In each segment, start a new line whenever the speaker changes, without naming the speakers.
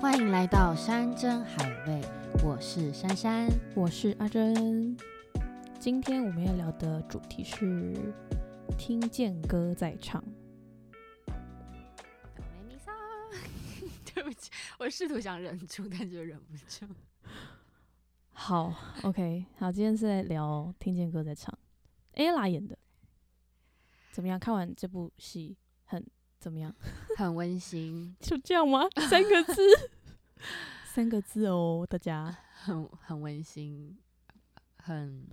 欢迎来到山珍海味，我是珊珊。
我是阿珍。今天我们要聊的主题是听见歌在唱。
对不起，我试图想忍住，但就忍不住。
好，OK，好，今天是在聊听见歌在唱，ella 演的。怎么样？看完这部戏很怎么样？
很温馨，
就这样 吗？三个字，三个字哦，大家。
啊很很温馨，很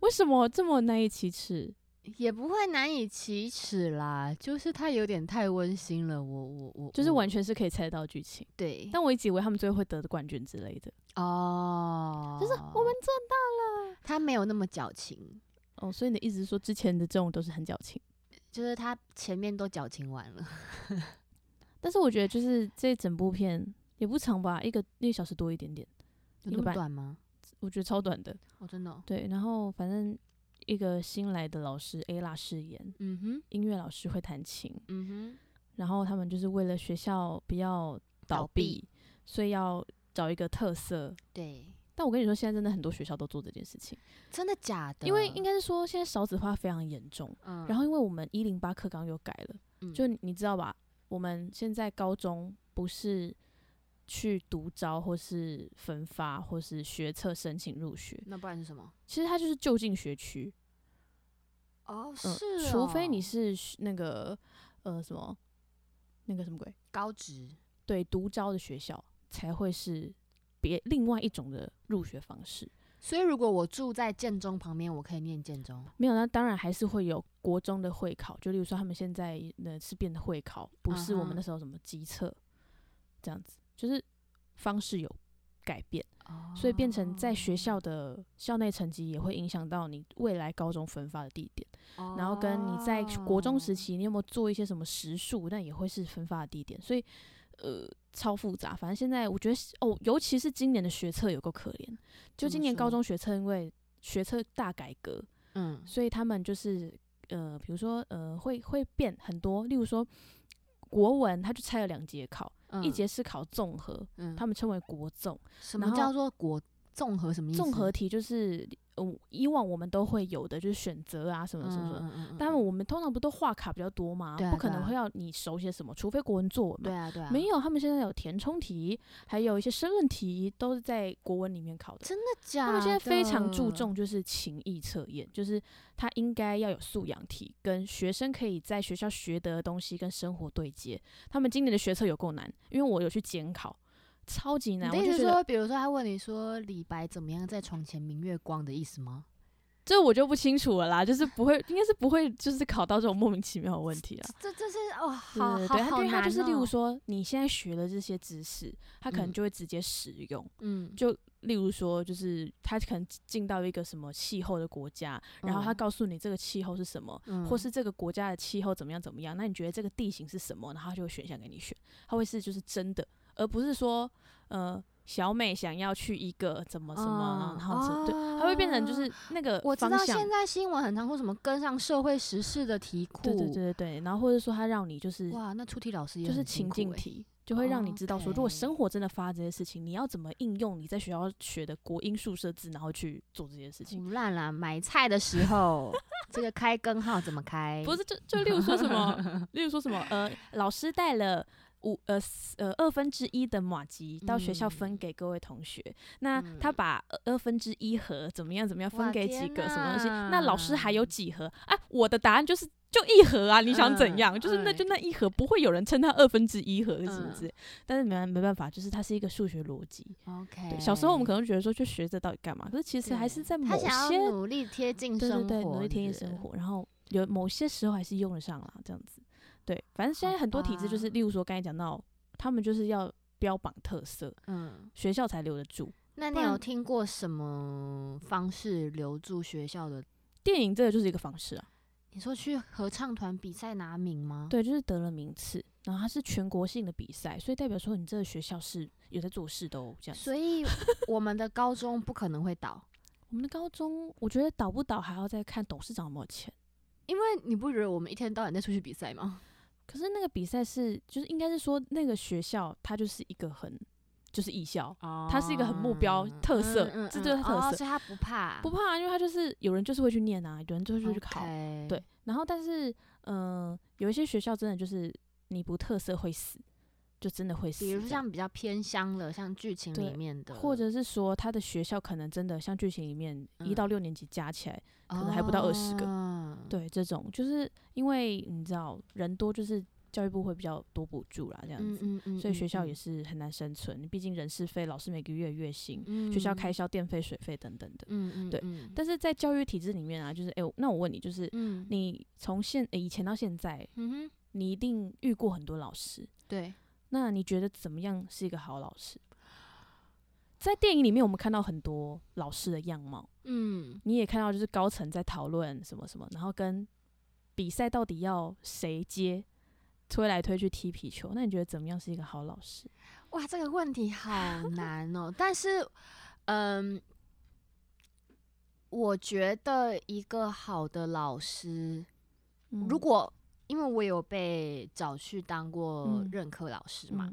为什么这么难以启齿？
也不会难以启齿啦。就是它有点太温馨了，我我我，
就是
我
完全是可以猜得到剧情，
对，
但我一直以为他们最后会得冠军之类的，
哦，
就是我们做到了。
它没有那么矫情，
哦，所以你的意思是说之前的这种都是很矫情？
就是它前面都矫情完了。
但是我觉得就是这整部片也不长吧，一个一个小时多一点点，
有
一
那
个
么
半
短吗？
我觉得超短的。
哦，真的哦、
对，然后反正一个新来的老师 A 拉饰演
嗯哼，
音乐老师会弹琴，
嗯哼，
然后他们就是为了学校不要倒
倒闭
闭，所以要找一个特色。
对，
但我跟你说，现在真的很多学校都做这件事情，
真的假的？
因为应该是说现在少子化非常严重，
嗯，
然后因为我们一零八课纲又改了，
嗯
就你你知道吧？我们现在高中不是去独招或是分发或是学测申请入学，
那不然是什么？
其实它就是就近学区，
哦，
嗯、
是哦，
除非你是学那个呃什么那个什么鬼，
高职，
对，独招的学校才会是别另外一种的入学方式。
所以如果我住在建中旁边，我可以念建中。
没有，那当然还是会有国中的会考，就例如说他们现在呢是变得会考，不是我
嗯哼
们那时候什么机测这样子，就是方式有改变，
哦
所以变成在学校的校内成绩也会影响到你未来高中分发的地点，
哦
然后跟你在国中时，期你有没有做一些什么实数，那也会是分发的地点，所以呃超复杂。反正现在我觉得是哦，尤其是今年的学测有够可怜，就
怎
今
么
年高
说
中学测因为学测大改革，
哦嗯，
所以他们就是呃，比如说呃，会会变很多，例如说国文，他就拆了两节考，一
嗯，
节是考综合，
嗯
他们称为国综，
什么
然后
叫做国综合？什么意思？
综合题就是呃以往我们都会有的，就是选择啊什么
嗯
什么什么。
嗯嗯嗯
但我们通常不都画卡比较多吗？
对啊
不可
对
能
啊
会要你熟写什么，除非国文作文嘛。
对啊对啊，
没有，他们现在有填充题，还有一些申论题，都是在国文里面考的。
真的假的？
他们现在非常注重就是情意测验，就是他应该要有素养题，跟学生可以在学校学得的东西跟生活对接。他们今年的学测有够难，因为我有去监考，超级
你
难。
的
啊我
意
就
思
觉
是
得
说，比如说他问你说李白怎么样在床前明月光的意思吗？
这我就不清楚了啦，就是不会，应该是不会，就是考到这种莫名其妙的问题啦。
这这是哦， 好
对对
好
对，他
好
对他
难
就是，例如
哦，
说你现在学的这些知识，他可能
嗯
就会直接使用。
嗯，
就例如说，就是他可能进到一个什么气候的国家，然后他
嗯
告诉你这个气候是什么，
嗯
或是这个国家的气候怎么样怎么样，那你觉得这个地形是什么？然后他就会选项给你选，他会是就是真的，而不是说呃小美想要去一个怎么什么，
嗯
然后怎么对，它会变成就是那个
哦我知
方
道
向
现。在新闻很常说什么跟上社会时事的题库，
对对对对对，然后或者说他让你就是
哇，那出题老师也
就是
很辛
情
苦
境
欸，
题，就会让你知道说，如果
OK
生活真的发生这些事情，你要怎么应用你在学校学的国音数设置，然后去做这些事情。
腐烂啦！买菜的时候，这个开根号怎么开？
不是，就就例如说 什么，例如说什么，呃，老师带了。五呃四呃二分之一的马吉到学校分给各位同学，那他
嗯
把呃二分之一盒怎么样怎么样分
哇
给
天
几个什么东西？那老师还有
哪
几盒？啊，我的答案就是就一盒啊！你想
嗯
怎样？就是那
哎
就那一盒，不会有人称它二分之一盒什么
嗯
之类。但是没没办法，就是它是一个数学逻辑。
OK。
对，小时候我们可能觉得说，就学这到底干嘛？可是其
哎对
实还是在某
他想要
些
努力贴近
对
生
对
活，
对，努力贴近
是不
生
是。
活，然后有某些时候还是用得上啦，这样子。对，反正现在
好
很多体制就是，
吧
例如说刚才讲到，他们就是要标榜特色，
嗯，
学校才留得住。
那
不
你有
然
听过什么方式留住学校的？
电影这个就是一个方式啊，
你说去合唱团比赛拿名吗？，
对，就是得了名次，然后它是全国性的比赛，所以代表说你这个学校是有在做事的哦，这样子。
所以我们的高中不可能会倒，
我们的高中，我觉得倒不倒还要再看董事长有没有钱。
因为你不觉得我们一天到晚在出去比赛吗？
可是那个比赛是，就是应该是说那个学校它就是一个很就是艺校，
哦
它是一个很目标特色
嗯嗯嗯
这就是它特
哦
色
所以他不怕，
不怕、啊，因为它就是有人就是会去念啊，有人就是会去考
OK
对。然后但是嗯、呃有一些学校真的就是你不特色会死，就真的会死这
比
样。
如像比较偏乡了，像剧情
对
里面的，
或者是说他的学校可能真的像剧情里面一
嗯
到六年级加起来，可能还不到20个
哦，
对这种就是因为你知道人多，就是教育部会比较多补助啦，这样
嗯
子，
嗯嗯，
所以学校也
是
是很难生存，毕竟人事费、老师每个月月薪、学校开，销、电费、水费等等的。
嗯嗯，
对
嗯，
但是在教育体制里面啊，就是哎、我那我问你，就是
嗯，
你从现、诶以前到现在，
嗯哼，
你一定遇过很多老师，
对，
那你觉得怎么样是一个好老师？在电影里面，我们看到很多老师的样貌，
嗯
你也看到就是高层在讨论什么什么，然后跟比赛到底要谁接，推来推去踢皮球。那你觉得怎么样是一个好老师？
哇，这个问题 好难哦。但是，嗯，我觉得一个好的老师，
嗯
如果因为我有被找去当过
嗯
任课老师嘛，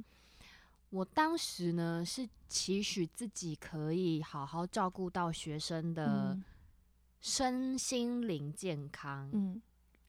我当时呢是期许自己可以好好照顾到学生的
嗯
身心灵健康，
嗯，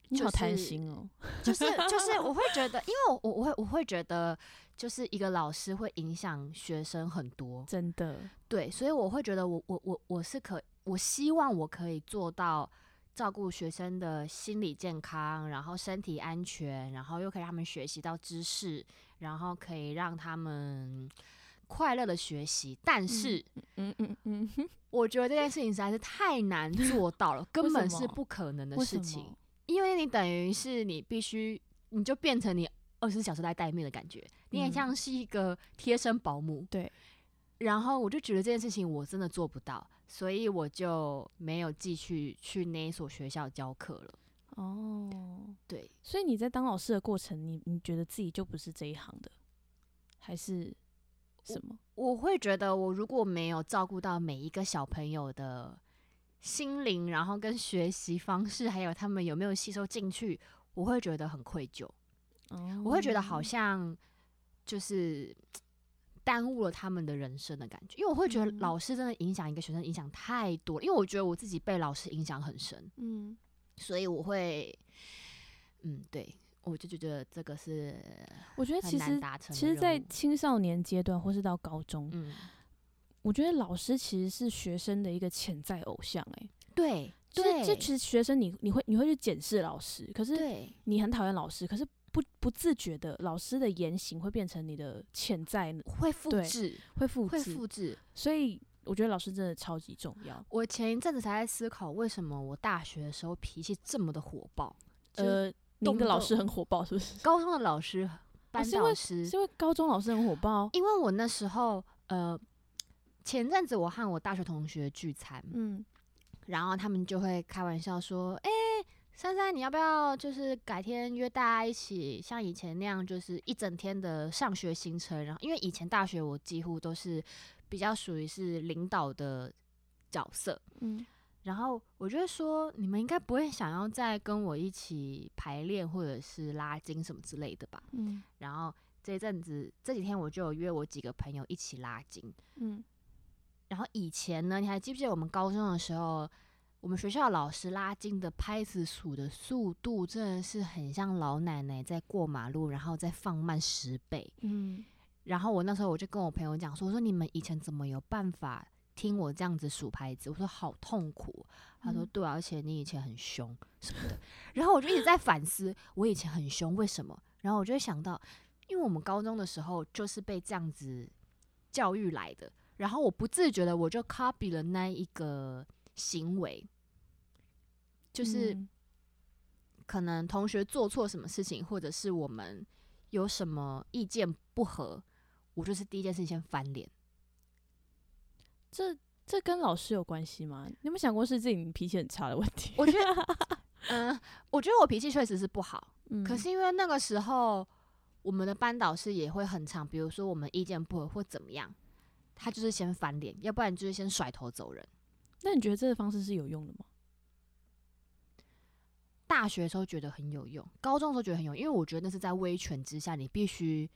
你
就
好贪
是
心哦，
就是就是我会觉得，因为我我会我会觉得，就是一个老师会影响学生很多，
真的，
对，所以我会觉得我我我我是可，我希望我可以做到照顾学生的心理健康，然后身体安全，然后又可以让他们学习到知识，然后可以让他们快乐的学习。但是
嗯嗯嗯，
我觉得这件事情实在是太难做到 了，
为
根
什
本是
么
不可能的
为
事
什
情
么，？
因为你等于是你必须，你就变成你。二十四小时来待命的感觉，你很
嗯
像是一个贴身保姆，
对，
然后我就觉得这件事情我真的做不到，所以我就没有继续去那一所学校教课了。
哦，
对，
所以你在当老师的过程，你你觉得自己就不是这一行的，还是什么？
我会觉得我如果没有照顾到每一个小朋友的心灵，然后跟学习方式，还有他们有没有吸收进去，我会觉得很愧疚，
哦
我会觉得好像就是。耽误了他们的人生的感觉，因为我会觉得
嗯
老师真的影响一个学生影响太多了，因为我觉得我自己被老师影响很深。
嗯，
所以我会，嗯，对，我就觉得这个是
我觉得
很
其
难
实。
达成的
其实，在
任务
青少年阶段或是到高中，
嗯，
我觉得老师其实是学生的一个潜在偶像、欸，哎，
对
就是
对，
这其实学生你你会你会去检视老师，可是
对
你很讨厌老师，可是不不自觉的老师的言行会变成你的潜在
会复
对
制，
会复
会
制，
复制。
所以我觉得老师真的超级重要。
我前一阵子才在思考，为什么我大学的时候脾气这么的火爆？就是
呃，
动
您
不
的老
动
师很火爆是 不是？
高中的老师、班
哦是因
导师，
是因为高中老师很火爆，
因为我那时候呃，前阵子我和我大学同学聚餐，
嗯，
然后他们就会开玩笑说：“哎、珊珊，你要不要就是改天约大家一起像以前那样，就是一整天的上学行程？”然后因为以前大学我几乎都是比较属于是领导的角色，
嗯，
然后我就会说：“你们应该不会想要再跟我一起排练或者是拉筋什么之类的吧
嗯，？”
然后这一阵子这几天我就有约我几个朋友一起拉筋，
嗯，
然后以前呢，你还记不记得我们高中的时候，我们学校老师拉筋的拍子数的速度真的是很像老奶奶在过马路，然后再放慢十倍。
嗯，
然后我那时候我就跟我朋友讲说，我说你们以前怎么有办法听我这样子数拍子？我说好痛苦哦。他说
嗯
对啊，而且你以前很凶什么的。然后我就一直在反思，我以前很凶为什么？然后我就会想到，因为我们高中的时候就是被这样子教育来的，然后我不自觉的我就 copy 了那一个行为，就是
嗯
可能同学做错什么事情，或者是我们有什么意见不合，我就是第一件事情先翻脸。
这这跟老师有关系吗？你有没有想过是自己脾气很差的问题？
我觉得，嗯、我觉得我脾气确实是不好，
嗯
可是因为那个时候我们的班导师也会很常，比如说我们意见不合或怎么样，他就是先翻脸，要不然就是先甩头走人。
那你觉得这个方式是有用的吗？
大学的时候觉得很有用，高中的时候觉得很有用，因为我觉得那是在威权之下，你必须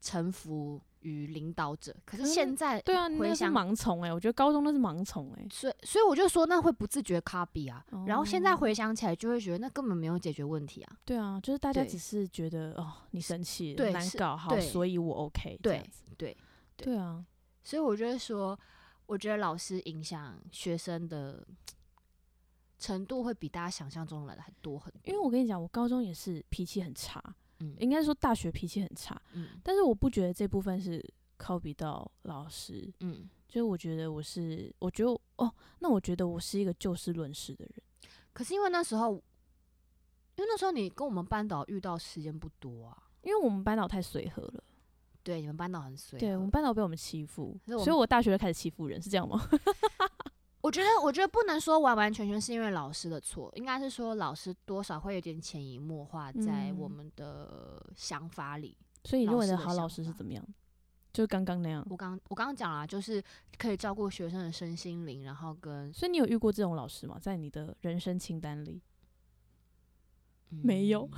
臣服于领导者。可是
可是
现在
对啊，
回
那是
想，
盲从哎、我觉得高中那是盲从哎、
所以所以我就说那会不自觉 copy 啊。然后现在
哦
回想起来，就会觉得那根本没有解决问题啊。
对啊，就是大家
对
只是觉得哦，你生气
对
难
是
搞，好，
对
所以我 OK 这
对
样子。
对对
对啊，
所以我就会说，我觉得老师影响学生的程度会比大家想象中来的还多很多。
因为我跟你讲，我高中也是脾气很差，
嗯
应该说大学脾气很差，
嗯
但是我不觉得这部分是 copy 到老师，
嗯，
就是我觉得我是，我觉得哦，那我觉得我是一个就事论事的人。
可是因为那时候，因为那时候你跟我们班导遇到时间不多啊，
因为我们班导太随和了，
对，你们班导很随
对我
和
们。班导被我们欺负，
可是我们
所以我大学就开始欺负人，是这样吗？
我觉得，我觉得不能说完完全全是因为老师的错，应该是说老师多少会有点潜移默化在我
嗯
们的想法里。
所以你
老
认为
师
的
的
好老
想
师是
法
怎么样？就刚刚那样。
我刚我刚刚讲了，啊就是可以照顾学生的身心灵，然后跟、
所以你有遇过这种老师吗？在你的人生清单里？
嗯
没有。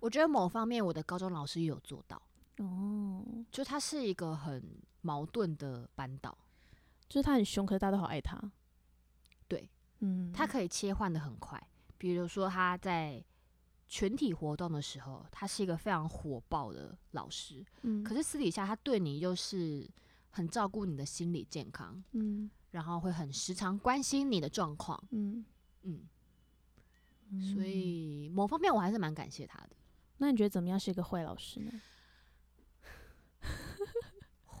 我觉得某方面我的高中老师也有做到，
哦，
就他是一个很矛盾的班导，
就是他很凶，可是大家都好爱他。
对，
嗯，
他可以切换的很快。比如说他在群体活动的时候，他是一个非常火爆的老师，
嗯，
可
是
是私底下他对你又是很照顾你的心理健康，
嗯
然后会很时常关心你的状况，
嗯，
嗯，
嗯
所以某方面我还是蛮感谢他的。
那你觉得怎么样是一个坏老师呢？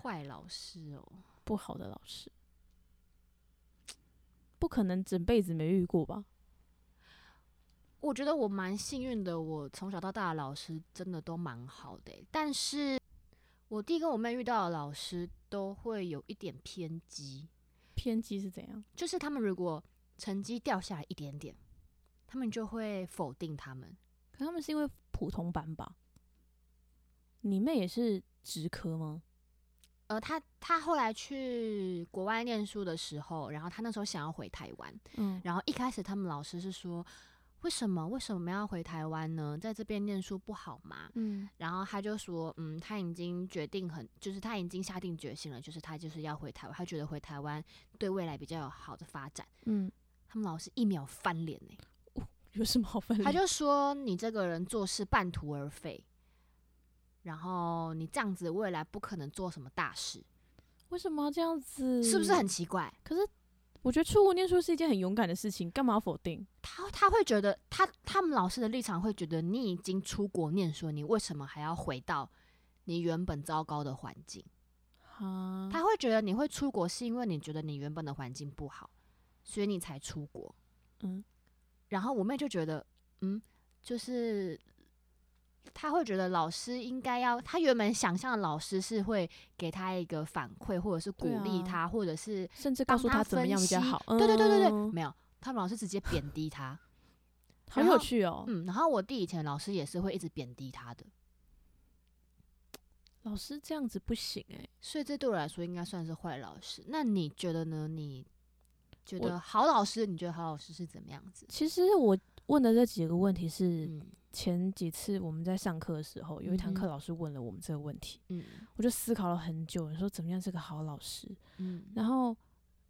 坏老师哦，
不好的老师，不可能整辈子没遇过吧？
我觉得我蛮幸运的，我从小到大的老师真的都蛮好的欸、但是我弟跟我妹遇到的老师都会有一点偏激，
偏激是怎样？
就是他们如果成绩掉下来一点点，他们就会否定他们。
可他们是因为普通班吧？你妹也是职科吗？
呃，他他后来去国外念书的时候，然后他那时候想要回台湾，
嗯，
然后一开始他们老师是说，为什么为什么要回台湾呢？在这边念书不好吗？
嗯，
然后他就说，嗯，他已经决定很，就是他已经下定决心了，就是他就是要回台湾，他觉得回台湾对未来比较有好的发展。
嗯，
他们老师一秒翻脸呢、
有什么好分？
他就说你这个人做事半途而废，然后你这样子未来不可能做什么大事，
为什么要这样子？
是不是很？奇怪？
可是我觉得出国念书是一件很勇敢的事情，干嘛要否定？
他他会觉得他他们老师的立场会觉得你已经出国念书，你为什么还要回到你原本糟糕的环境？
啊，
他会觉得你会出国是因为你觉得你原本的环境不好，所以你才出国。
嗯，
然后我妹就觉得，嗯，就是她会觉得老师应该要，她原本想象的老师是会给她一个反馈，或者是鼓
对
励
啊
她，或者是
甚至告
帮
诉
他
怎么样比较
分析
好。
对对对对对，
嗯
没有，他们老师直接贬低她。
好
然后
有趣哦。
嗯，然后我弟以前老师也是会一直贬低她的，
老师这样子不行哎、
所以这对我来说应该算是坏老师。那你觉得呢？你觉
我
得好老师，你觉得好老师是怎么样子？
其实我问的这几个问题是
嗯
前几次我们在上课的时候，有一堂
嗯哼
课老师问了我们这个问题，
嗯
我就思考了很久，你说怎么样是个好老师？
嗯，
然后，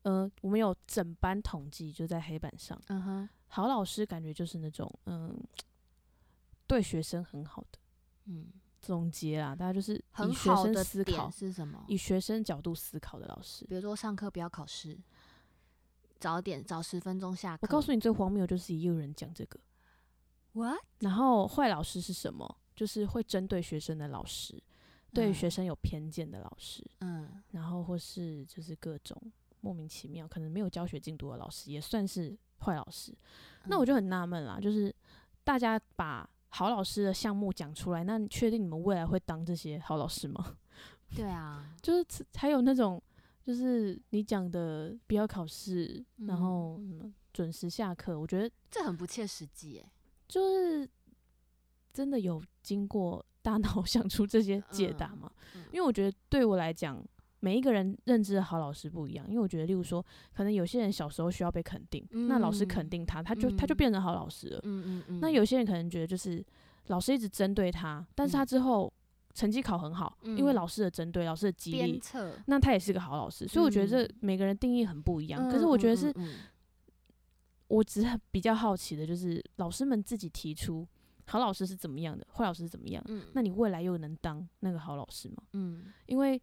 呃，我们有整班统计，就在黑板上，
嗯哼，
好老师感觉就是那种嗯，对学生很好的
嗯，
总结啦，大家就是以
很
学
好
生
的
思考
点，是什么？
以学生角度思考的老师。
比如说上课不要考试，早点早十分钟下课。
我告诉你，最荒谬就是也有人讲这个。
我，
然后坏老师是什么？就是会针对学生的老师，对
嗯
学生有偏见的老师，
嗯
然后或是就是各种莫名其妙，可能没有教学进度的老师也算是坏老师。那我
嗯
就很纳闷啦，就是大家把好老师的项目讲出来，那你确定你们未来会当这些好老师吗？
对啊，
就是此还有那种，就是你讲的不要考试，然
嗯
后什么准时下课，我觉得
这很不切实际耶。
就是真的 有经过大脑想出这些解答吗？
嗯
因为我觉得对我来讲，每一个人认知的好老师不一样，因为我觉得，例如说，可能有些人小时候需要被肯定，那老师肯定他，他就他就
嗯
变成好老师了。
嗯嗯嗯，
那有些人可能觉得就是老师一直针对他，但是他之后成绩考很好，因为
嗯
老师的针对、老师的激
鞭
励，
策，
那他也是个好老师。所以我觉得这每个人定义很不一样。可是我觉得是
嗯，嗯嗯
我只是比较好奇的，就是老师们自己提出好老师是怎么样的，坏老师是怎么样的。
嗯
那你未来又能当那个好老师吗？
嗯，
因为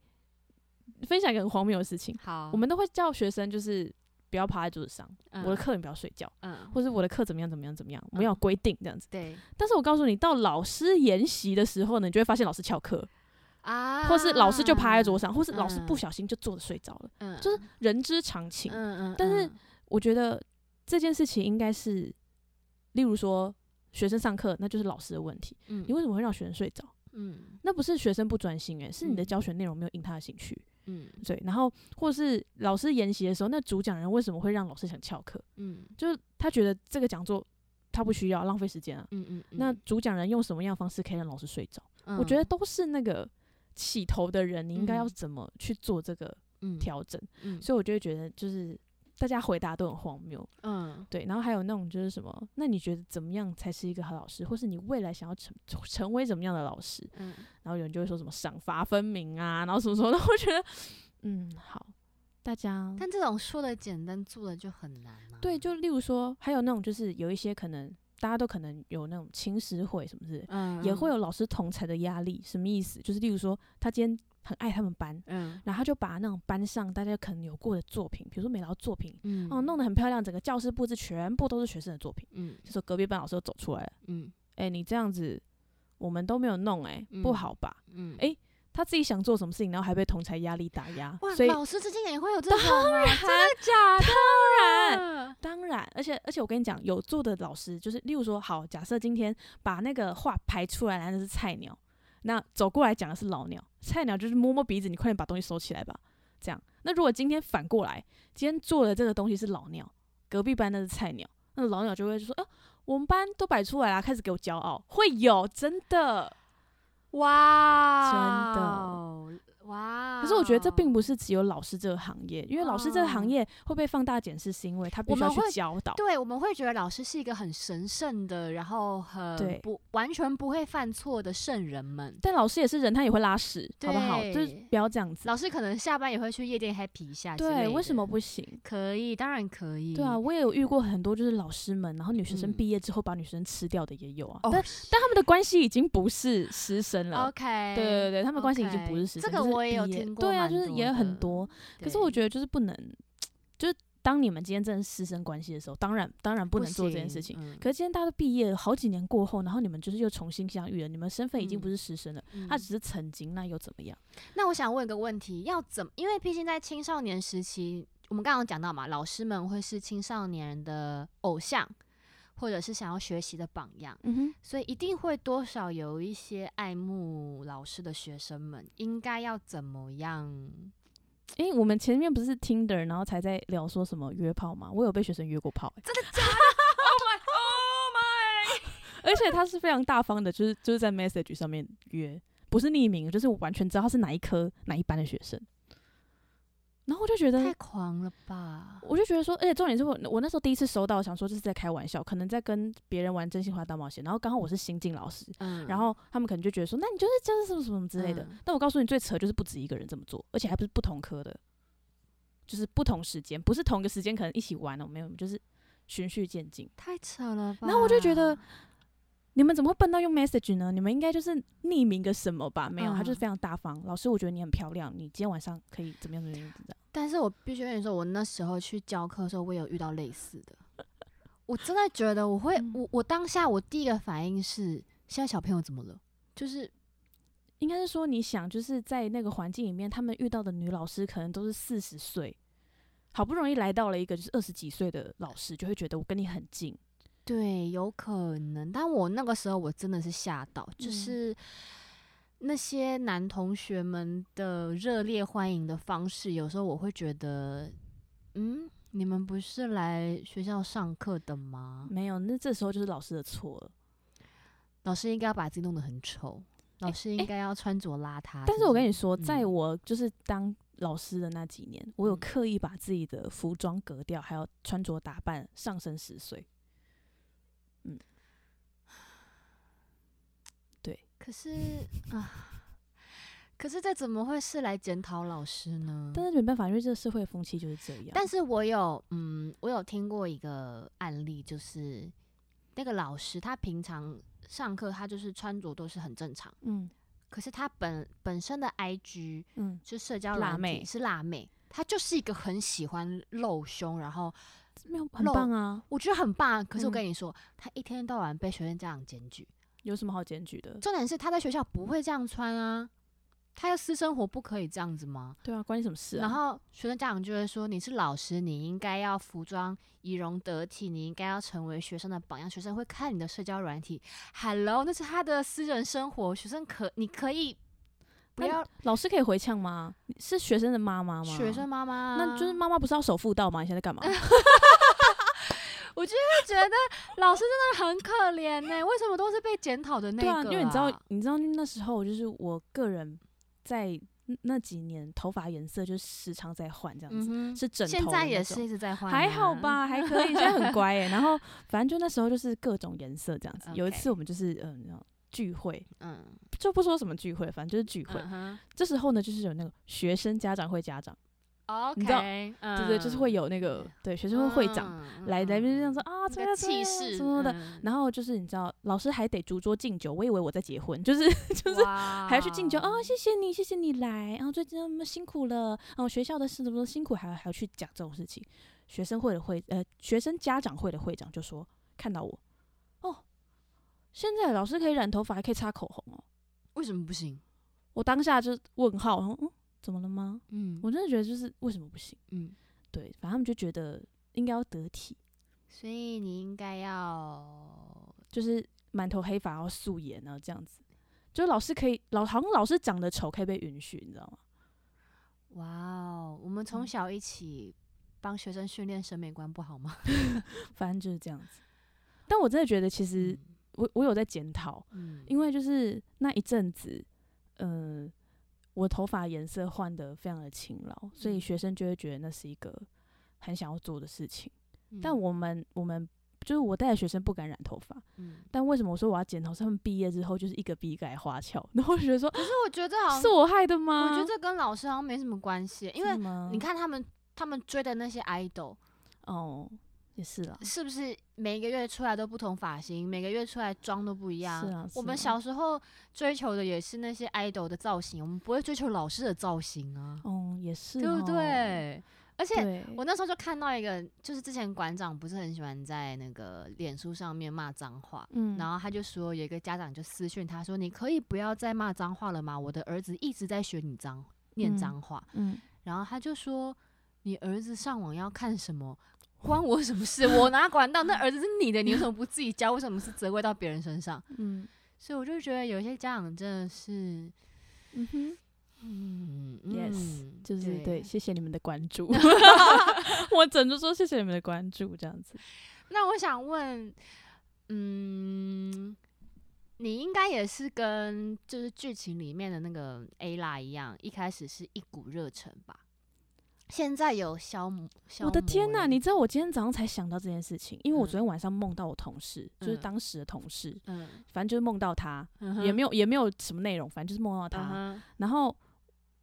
分享一个很荒谬的事情，
好，
我们都会叫学生就是不要趴在桌子上，
嗯
我的课你不要睡觉，
嗯，
或是我的课怎么样怎么样怎么样，我们要有规定这样子。
对
但是我告诉你，到老师研习的时候呢，你就会发现老师翘课，
啊，
或是老师就趴在桌，上，或是老师
嗯
不小心就坐着睡着了，
嗯，
就是人之常情。
嗯嗯，
但是
嗯
我觉得这件事情应该是，例如说学生上课，那就是老师的问题，
嗯，
你为什么会让学生睡着？
嗯
那不是学生不专心、欸，是你的
嗯
教学内容没有引他的兴趣。
嗯
对，然后或是老师研习的时候，那主讲人为什么会让老师想翘课？
嗯
就是他觉得这个讲座他不需要，浪费时间啊。
嗯嗯，
那主讲人用什么样的方式可以让老师睡着？我觉得都是那个起头的人，你应该要
嗯
怎么去做这个
嗯，
调整？
嗯
所以我就会觉得，就是大家回答都很荒谬，
嗯
对。然后还有那种就是什么，那你觉得怎么样才是一个好老师，或是你未来想要成成为怎么样的老师？
嗯
然后有人就会说什么赏罚分明啊，然后什么什么的， 我觉得，嗯，好，大家
但这种说的简单，做的就很难啊。
对，就例如说，还有那种就是有一些可能大家都可能有那种青师会什么之类的，
嗯，
也会
有
有老师同才的压力，什么意思？就是例如说，他今天很爱他们班，
嗯
然后他就把那种班上大家可能有过的作品，比如说美劳作品，
嗯
哦，弄得很漂亮，整个教室布置全部都是学生的作品。
嗯
这时候隔壁班老师就走出来了，
嗯
哎、你这样子我们都没有弄、哎、不
嗯
好吧？
嗯，
哎他自己想做什么事情，然后还被同才压力打压
哇，，
所以
老师之间也会有这种啊，真的假的？
当然
嗯
当然，而且而且我跟你讲，有做的老师就是，例如说，好，假设今天把那个画排出来，那是菜鸟，那走过来讲的是老鸟，菜鸟就是摸摸鼻子，你快点把东西收起来吧，这样。那如果今天反过来，今天做的这个东西是老鸟，隔壁班那是菜鸟，那老鸟就会说，啊，我们班都摆出来啦，开始给我骄傲，会有真的。
哇，
的
的哇！
可是我觉得这并不是只有老师这个行业，因为老师这个行
哦
业会被放大检视，是因为他必
我
须要
们
去
会
教导。
对，我们会觉得老师是一个很神圣的，然后
对
很不完全不会犯错的圣人们。
但老师也是人，他也会拉屎，好不好？就是
对
不要这样子。
老师可能下班也会去夜店 happy 一下之类
对，
的。
为什么不行？
可以？当然可以。
对啊，我也有遇过很多就是老师们，然后女学生
嗯
毕业之后把女生吃掉的也有啊。
哦，
但但他们的关系已经不是师生了。
OK，
对对对，他们关系已经不是
OK，
师
这
生。
个
就是
我也有
毕业
听过
对啊，
蛮
就是也有
多
很
的
多。可是我觉得就是不能，就是当你们今天真的是师生关系的时候，当然当然
不
不能做这件事
行嗯
情。。可是今天大家都毕业了，好几年过后，然后你们就是又重新相遇了，你们身份已经不
嗯
是师生了，
嗯
他
嗯
只是曾经，那又怎么样？
那我想问一个问题，要怎么？因为毕竟在青少年时期，我们刚刚讲到嘛，老师们会是青少年的偶像，或者是想要学习的榜样，
嗯哼。
所以一定会多少有一些爱慕老师的学生们，应该要怎么样？
诶，我们前面不是 Tinder，然后才在聊说什么约炮吗？我有被学生约过炮、欸，真的假的？Oh my, oh my！而且他是非常大方的，就是就是在 message 上面约，不是匿名，就是我完全知道他是哪一科哪一班的学生。然后我就 觉
太
得，
狂了吧！
我就觉得说，而且重点是我我那时候第一次收到，想说这是在开玩笑，可能在跟别人玩真心话大冒险。然后刚好我是新进老师，
嗯
然后他们可能就觉得说，那你就是就是什么什么之类的。
嗯
但我告诉你，最扯就是不止一个人这么做，而且还不是不同科的，就是不同时间，不是同一个时间可能一起玩哦，没有，就是循序渐进。
太扯了吧！
然后我就觉得，你们怎么会笨到用 message 呢？你们应该就是匿名个什么吧？没有，他就是
嗯
非常大方。老师，我觉得你很漂亮，你今天晚上可以怎么样怎么样怎么样？
但是我必须跟你说，我那时候去教课的时候，我也有遇到类似的。我真的觉得我会，
嗯
我我当下我第一个反应是，现在小朋友怎么了？就是
应该是说，你想就是在那个环境里面，他们遇到的女老师可能都是四十岁，好不容易来到了一个就是二十几岁的老师，就会觉得我跟你很近。
对，有可能。但我那个时候我真的是吓到，就
嗯
是那些男同学们的热烈欢迎的方式，有时候我会觉得，嗯，你们不是来学校上课的吗？
没有，那这时候就是老师的错了。
老师应该要把自己弄得很丑，老师
诶
应该要穿着邋遢。
但是我跟你说，
啊嗯
在我就是当老师的那几年，我有
嗯
刻意把自己的服装格调还有穿着打扮上升十岁。嗯，
可是啊，可是这怎么会是来检讨老师呢？
但是没办法，因为这个社会风气就是这样。
嗯但是我有，嗯，我有听过一个案例，就是那个老师他平常上课他就是穿着都是很正常，
嗯
可是他本本身的 IG
嗯，
就社交
辣
软体
妹
是辣妹，她就是一个很喜欢露胸，然后
没有很
肉
棒啊，
我觉得很棒啊。可是我
嗯
跟你说，她一天到晚被学生家长检举，
有什么好检举的？
重点是她在学校不会这样穿啊，她要私生活不可以这样子吗？
对啊，关你什么事啊？
然后学生家长就会说：“你是老师，你应该要服装仪容得体，你应该要成为学生的榜样，学生会看你的社交软体。”Hello，那是他的私人生活，学生可你可以不
那
要
老师可以回呛吗？是学生的妈妈吗？
学生妈妈啊，
那就是妈妈不是要守妇道吗？你现 在干嘛？
我就会觉得老师真的很可怜呢、为什么都是被检讨的那
对
个、
啊，因为你知道，你知道那时候就是我个人在那那几年头发颜色就时常在换，这样
嗯
子、
哼，
是枕头
现
的
在
那
也
种
是一直在换、啊
还好？吧，还可以，现在很乖耶。然后反正就那时候就是各种颜色这样子。有一
OK
次我们就是嗯你知道聚会，
嗯，
就不说什么聚会，反正就是聚会。
嗯哼
这时候呢，就是有那个学生家长会家长，你知道
，OK，嗯
对对，就是会有那个对学生会会长、
嗯
来来这样说
嗯
啊，
嗯
怎
那
么
个
样怎么
气
样
势
什么的。
嗯
然后就是你知道，老师还得逐桌敬酒，我以为我在结婚，就是就是
哇
还要去敬酒哦，谢谢你，谢谢你来，然后最近那么辛苦了，哦，学校的事怎么辛苦，还要还要去讲这种事情。学生会的会呃，学生家长会的会长就说，看到我，哦，现在老师可以染头发，还可以擦口红哦。
为什么不行？
我当下就问号，然后嗯，怎么了吗？
嗯
我真的觉得就是为什么不行？
嗯，
对，反正他们就觉得应该要得体，
所以你应该要
就是满头黑发，然后素颜，然后这样子。就老师可以老好像老师长得丑可以被允许，你知道吗？
哇哦，我们从
嗯
小一起帮学生训练审美观不好吗？
反正就是这样子。但我真的觉得，其实
嗯
我我有在检讨，
嗯
因为就是那一阵子，嗯、我头发颜色换得非常的勤劳，所以
嗯
学生就会觉得那是一个很想要做的事情。
嗯
但我们我们就是我带的学生不敢染头发，
嗯
但为什么我说我要检讨？是他们毕业之后就是一个比一个还花俏，然后我就觉得说
可是我觉得好
是
像，
我害的吗？
我觉得这跟老师好像没什么关系，因
真的
为
吗
你看他们他们追的那些 idol
哦，也是啦，
是不是每个月出来都不同发型，每个月出来妆都不一样？
是啊
我
是
们
啊
小时候追求的也是那些 idol 的造型，我们不会追求老师的造型啊，
哦也是，
对不？对？而且
对，
我那时候就看到一个，就是之前馆长不是很喜欢在那个脸书上面骂脏话，
嗯
然后他就说有一个家长就私讯他说：“你可以不要再骂脏话了吗？我的儿子一直在学你脏念
嗯
脏话。
嗯，
然后他就说：“你儿子上网要看什么？”关我什么事？我哪管 到？那儿子是你的，你为什么不自己教？为什么是责怪到别人身上？
嗯
所以我就觉得有些家长真的是，
嗯哼，
嗯
Yes，
嗯
就是对
对。
谢谢你们的关注。 我整就说谢谢你们的关注，这样子。
那我想问，嗯，你应该也是跟就是剧情里面的那个 A 啦一样，一开始是一股热忱吧？现在有消磨，消
我的天
磨
呐，
了
你知道我今天早上才想到这件事情，因为我
嗯
昨天晚上梦到我同事，就是
嗯
当时的同事，
嗯
反正就是梦到他，
嗯哼，
也没有也没有什么内容，反正就是梦到他。
嗯哼
然后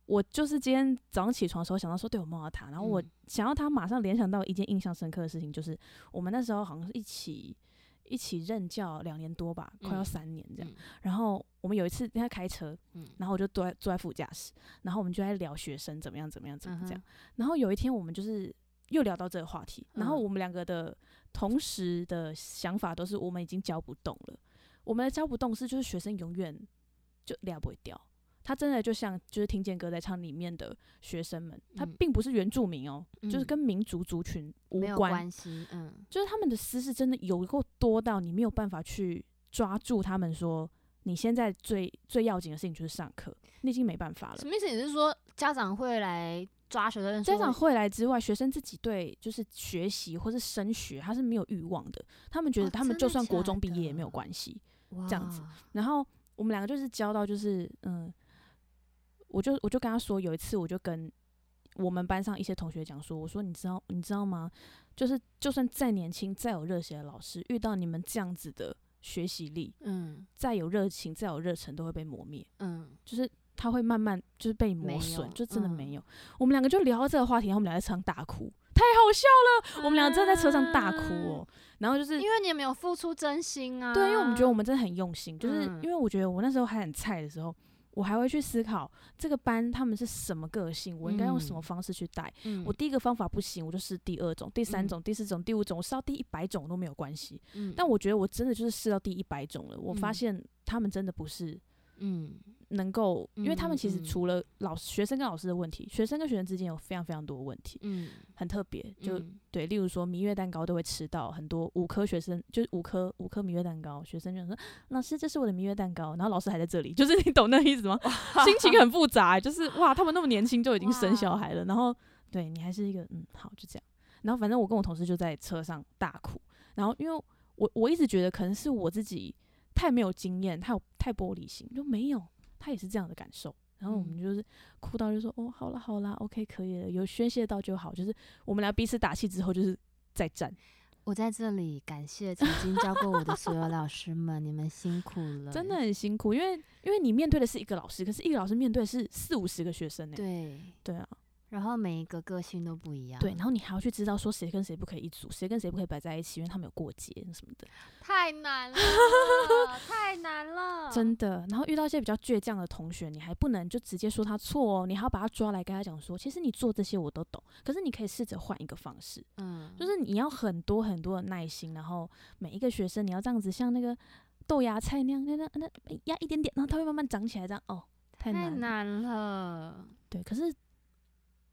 我就是今天早上起床的时候想到说，对我梦到他，然后我
嗯
想要他马上联想到一件印象深刻的事情，就是我们那时候好像是一起一起任教两年多吧，快要
嗯
三年这样。
嗯
然后我们有一次他开车，
嗯
然后我就坐在坐在副驾驶，然后我们就在聊学生怎么样怎么样怎么这样
嗯。
然后有一天我们就是又聊到这个话题，然后
嗯
我们两个的同时的想法都是我们已经教不动了，我们的教不动是就是学生永远就聊不会掉。他真的就像就是听见歌在唱里面的学生们，他
嗯
并不是原住民哦，就是
嗯
跟民族族群无
没有
关，
关系，嗯
就是他们的私事真的有够多到你没有办法去抓住他们说，你现在最最要紧的事情就是上课，你已经没办法了
什。么意思？你是啊说家长会来抓学生说？
家长会来之外，学生自己对就是学习或是升学，他是没有欲望的。他们觉
哦
得他们
真
就
的
算国
假
中毕业也没
的
有关系。
哇
这样子，然后我们两个就是教到就是嗯，我就我就跟他说，有一次我就跟我们班上一些同学讲说，我说你知道你知道吗？就是就算再年轻、再有热血的老师，遇到你们这样子的学习力，
嗯
再有热情、再有热忱，都会被磨灭。
嗯，
就是他会慢慢就是被磨
没
损，
有
就真的
嗯
没有。我们两个就聊到这个话题，然后我们俩在车上大哭，太好笑了。我们俩真的在车上大哭
嗯
哦、然后就是
因为你没有付出真心啊。
对，因为我们觉得我们真的很用心，就是
嗯
因为我觉得我那时候还很菜的时候。我还会去思考这个班他们是什么个性，我应该用什么
嗯
方式去带。
嗯
我第一个方法不行，我就试第二种、第三种、第四种、第五种，我试到第一百种都没有关系。
嗯
但我觉得我真的就是试到第一百种了，我发
嗯
现他们真的不是
嗯
能够，因为他们
嗯
其实
嗯
除了老师、学生跟老师的问题，学生跟学生之间有非常非常多的问题，
嗯，
很特别。就、
嗯
对，例如说蜜月蛋糕都会吃到很多五科学生，就是五科五科蜜月蛋糕，学生就想说老师这是我的蜜月蛋糕，然后老师还在这里，就是你懂那个意思吗？ 心情很复杂、就是哇，他们那么年轻就已经生小孩了，然后对你还是一个嗯好就这样，然后反正我跟我同事就在车上大哭，然后因为我我一直觉得可能是我自己太没有经验，太有太玻璃心，就没有他也是这样的感受。然后我们
嗯
就是哭到就说、哦，好了好了，OK 可以了，有宣泄到就好。就是我们俩彼此打气之后，就是再战。
我在这里感谢曾经教过我的所有老师们，你们辛苦了，
真的很辛苦，因为因为你面对的是一个老师，可是一个老师面对的是四五十个学生呢、
对。
对啊，
然后每一个个性都不一样，
对，然后你还要去知道说谁跟谁不可以一组，谁跟谁不可以摆在一起，因为他们有过节什么的，
太难了， 太难了，
真的。然后遇到一些比较倔强的同学，你还不能就直接说他错哦，你还要把他抓来跟他讲说，其实你做这些我都懂，可是你可以试着换一个方式，
嗯，
就是你要很多很多的耐心，然后每一个学生你要这样子像那个豆芽菜那样，那那那压一点点，然后它会慢慢长起来，这样哦，太
太
难了
难了，
对，可是，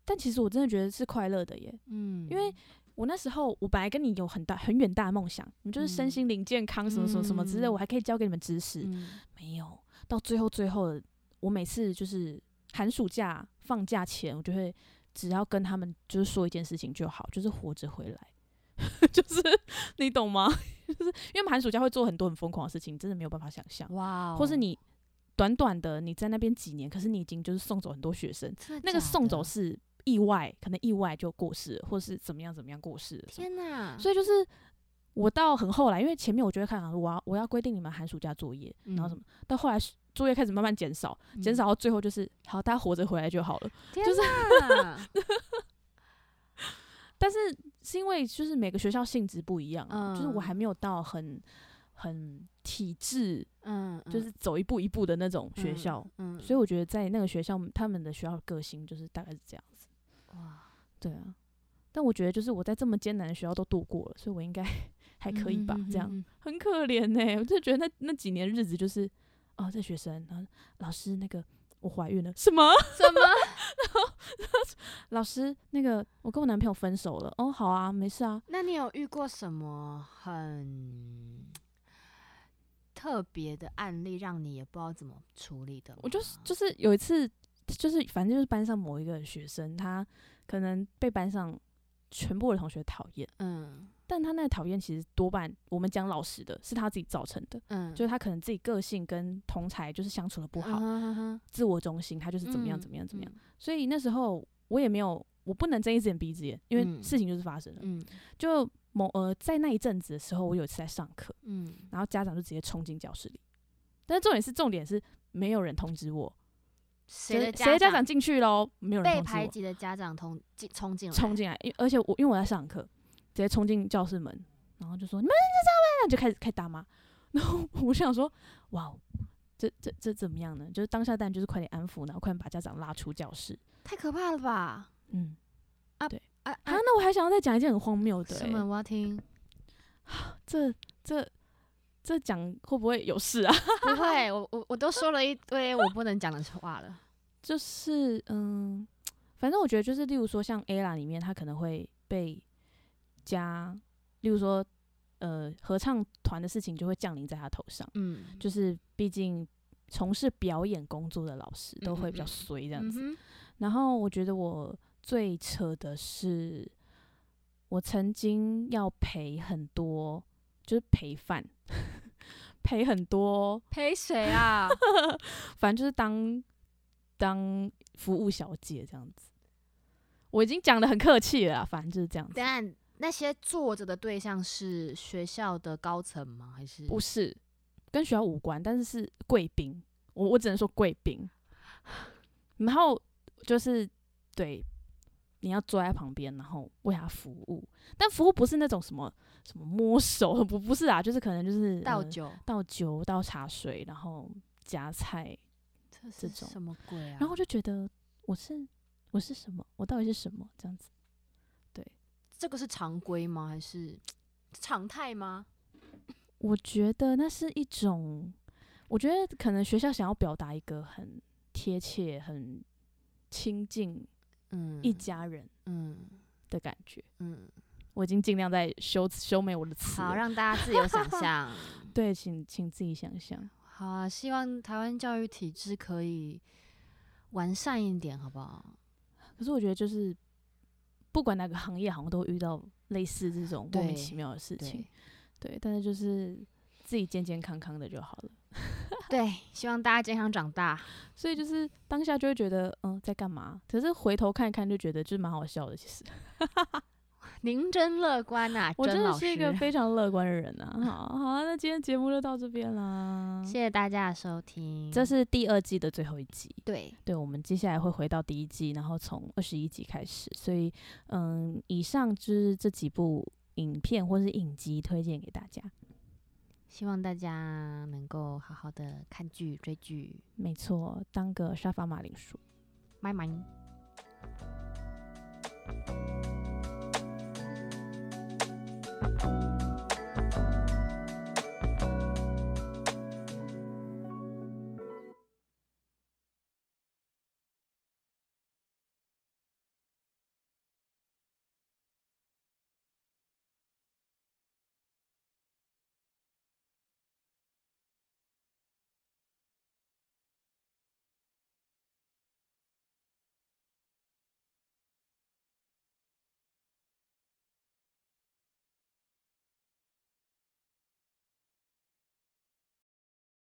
但其实我真的觉得是快乐的耶。
嗯，
因为我那时候我本来跟你有很大很远大的梦想，你们就是身
嗯
心灵健康什么什么什么之类，
嗯
我还可以教给你们知识。
嗯
没有，到最后最后的，我每次就是寒暑假放假前，我就会只要跟他们就是说一件事情就好，就是活着回来， 就是你懂吗？ 就是因为我们寒暑假会做很多很疯狂的事情，真的没有办法想象，
哇哦，
或是你短短的你在那边几年，可是你已经就是送走很多学生，
真的
那个
假
送走
的，
是意外，可能意外就过世了，或是怎么样怎么样过世了。
天哪，
所以就是我到很后来，因为前面我就会看啊，我要我要规定你们寒暑假作业，然后什
嗯
么，到后来是作业开始慢慢减少，减
嗯
少到最后就是好，大家活着回来就好了。
天
就是
哪
但是是因为就是每个学校性质不一样啊，就是我
嗯
还没有到很很体制，
嗯，嗯
就是走一步一步的那种学
嗯
校。，
嗯，
所以我觉得在那个学校，他们的学校个性就是大概是这样子。
哇，
对啊，但我觉得就是我在这么艰难的学校都度过了，所以我应该 还可以吧？这样
嗯，嗯嗯嗯
很可怜呢、我就觉得那那几年日子就是，哦，这学生，然后老师那个我怀孕了， 什么？
嗯怎么？
老师那个我跟我男朋友分手了，哦，好啊，没事啊。
那你有遇过什么很特别的案例，让你也不知道怎么处理的吗？
我就是就是有一次，就是反正就是班上某一个学生，他可能被班上全部的同学讨厌，
嗯
但他那个讨厌其实多半我们讲老实的，是他自己造成的，
嗯，
就是他可能自己个性跟同才就是相处的不好，
好，
自我中心，他就是怎么样
嗯
怎么样怎么样。？所以那时候我也没有，我不能睁一只眼闭一只眼，因为
嗯
事情就是发生了。
嗯
就某呃，在那一阵子的时候，我有一次在上课，
嗯，嗯
然后家长就直接冲进教室里。但是重点是，重点是没有人通知我，
谁
就是
的
谁的家
长
进去喽？没有人
被
通知
排
我，
挤的家长通进冲进来，
冲进来，因而且我因为我在上课，直接冲进教室门，然后就说你们在这边，就开始开始大骂。 然后我想说，哇哦，这这这怎么样呢？就是当下当然就是快点安抚，然后快点把家长拉出教室。
太可怕了吧？
嗯，
啊
啊，
啊！
那我还想要再讲一件很荒谬的、
什么？
欸，
我要听，
这这这讲会不会有事啊？
不会，我我我都说了一堆我不能讲的话了。
就是嗯，反正我觉得就是，例如说像 A 啦里面，他可能会被加，例如说呃合唱团的事情就会降临在他头上，
嗯，
就是毕竟从事表演工作的老师都会比较
嗯嗯嗯
衰这
这
样子。
嗯哼、
然后我觉得我最扯的是，我曾经要陪很多，就是陪饭， 陪很多，
陪谁 啊？
反正就是当当服务小姐这样子。我已经讲的很客气了啦，反正就是这样子。
但那些坐着的对象是学校的高层吗？还是
不是跟学校无关，但是是贵宾，我我只能说贵宾。然后就是对，你要坐在旁边，然后为他服务，但服务不是那种什么什么摸手， 不不是啊，就是可能就是
倒
呃
酒？
倒酒、倒茶水，然后夹菜。
这
这
是
种
什么鬼啊？
然后我就觉得我是我是什么，我到底是什么这样子。
这个是常规吗？还是常态吗？
我觉得那是一种，我觉得可能学校想要表达一个很贴切、很亲近
嗯，
一家人
嗯
的感觉。
嗯，
我已经尽量在修修美我的词了。
好，让大家自由想 象。
对，请请自己想象。
好啊，希望台湾教育体制可以完善一点，好不好？
可是我觉得就是不管哪个行业，好像都会遇到类似这种莫名
对
其妙的事情
对。
对，但是就是自己健健康康的就好了。
对，希望大家健康长大。
所以就是当下就会觉得，嗯，在干嘛？可是回头看一看，就觉得就是蛮好笑的。其实
您真乐观呐、
我真
甄
的
老
是一
师。
个非常乐观的人啊。好，好啊，那今天节目就到这边啦。
谢谢大家的收听。
这是第二季的最后一集，
对，
对，我们接下来会回到第一季，然后从二十一集开始。所以，嗯，以上就是这几部影片或是影集推荐给大家。
希望大家能够好好的看剧、追剧、
没错，当个沙发马铃薯。
买买。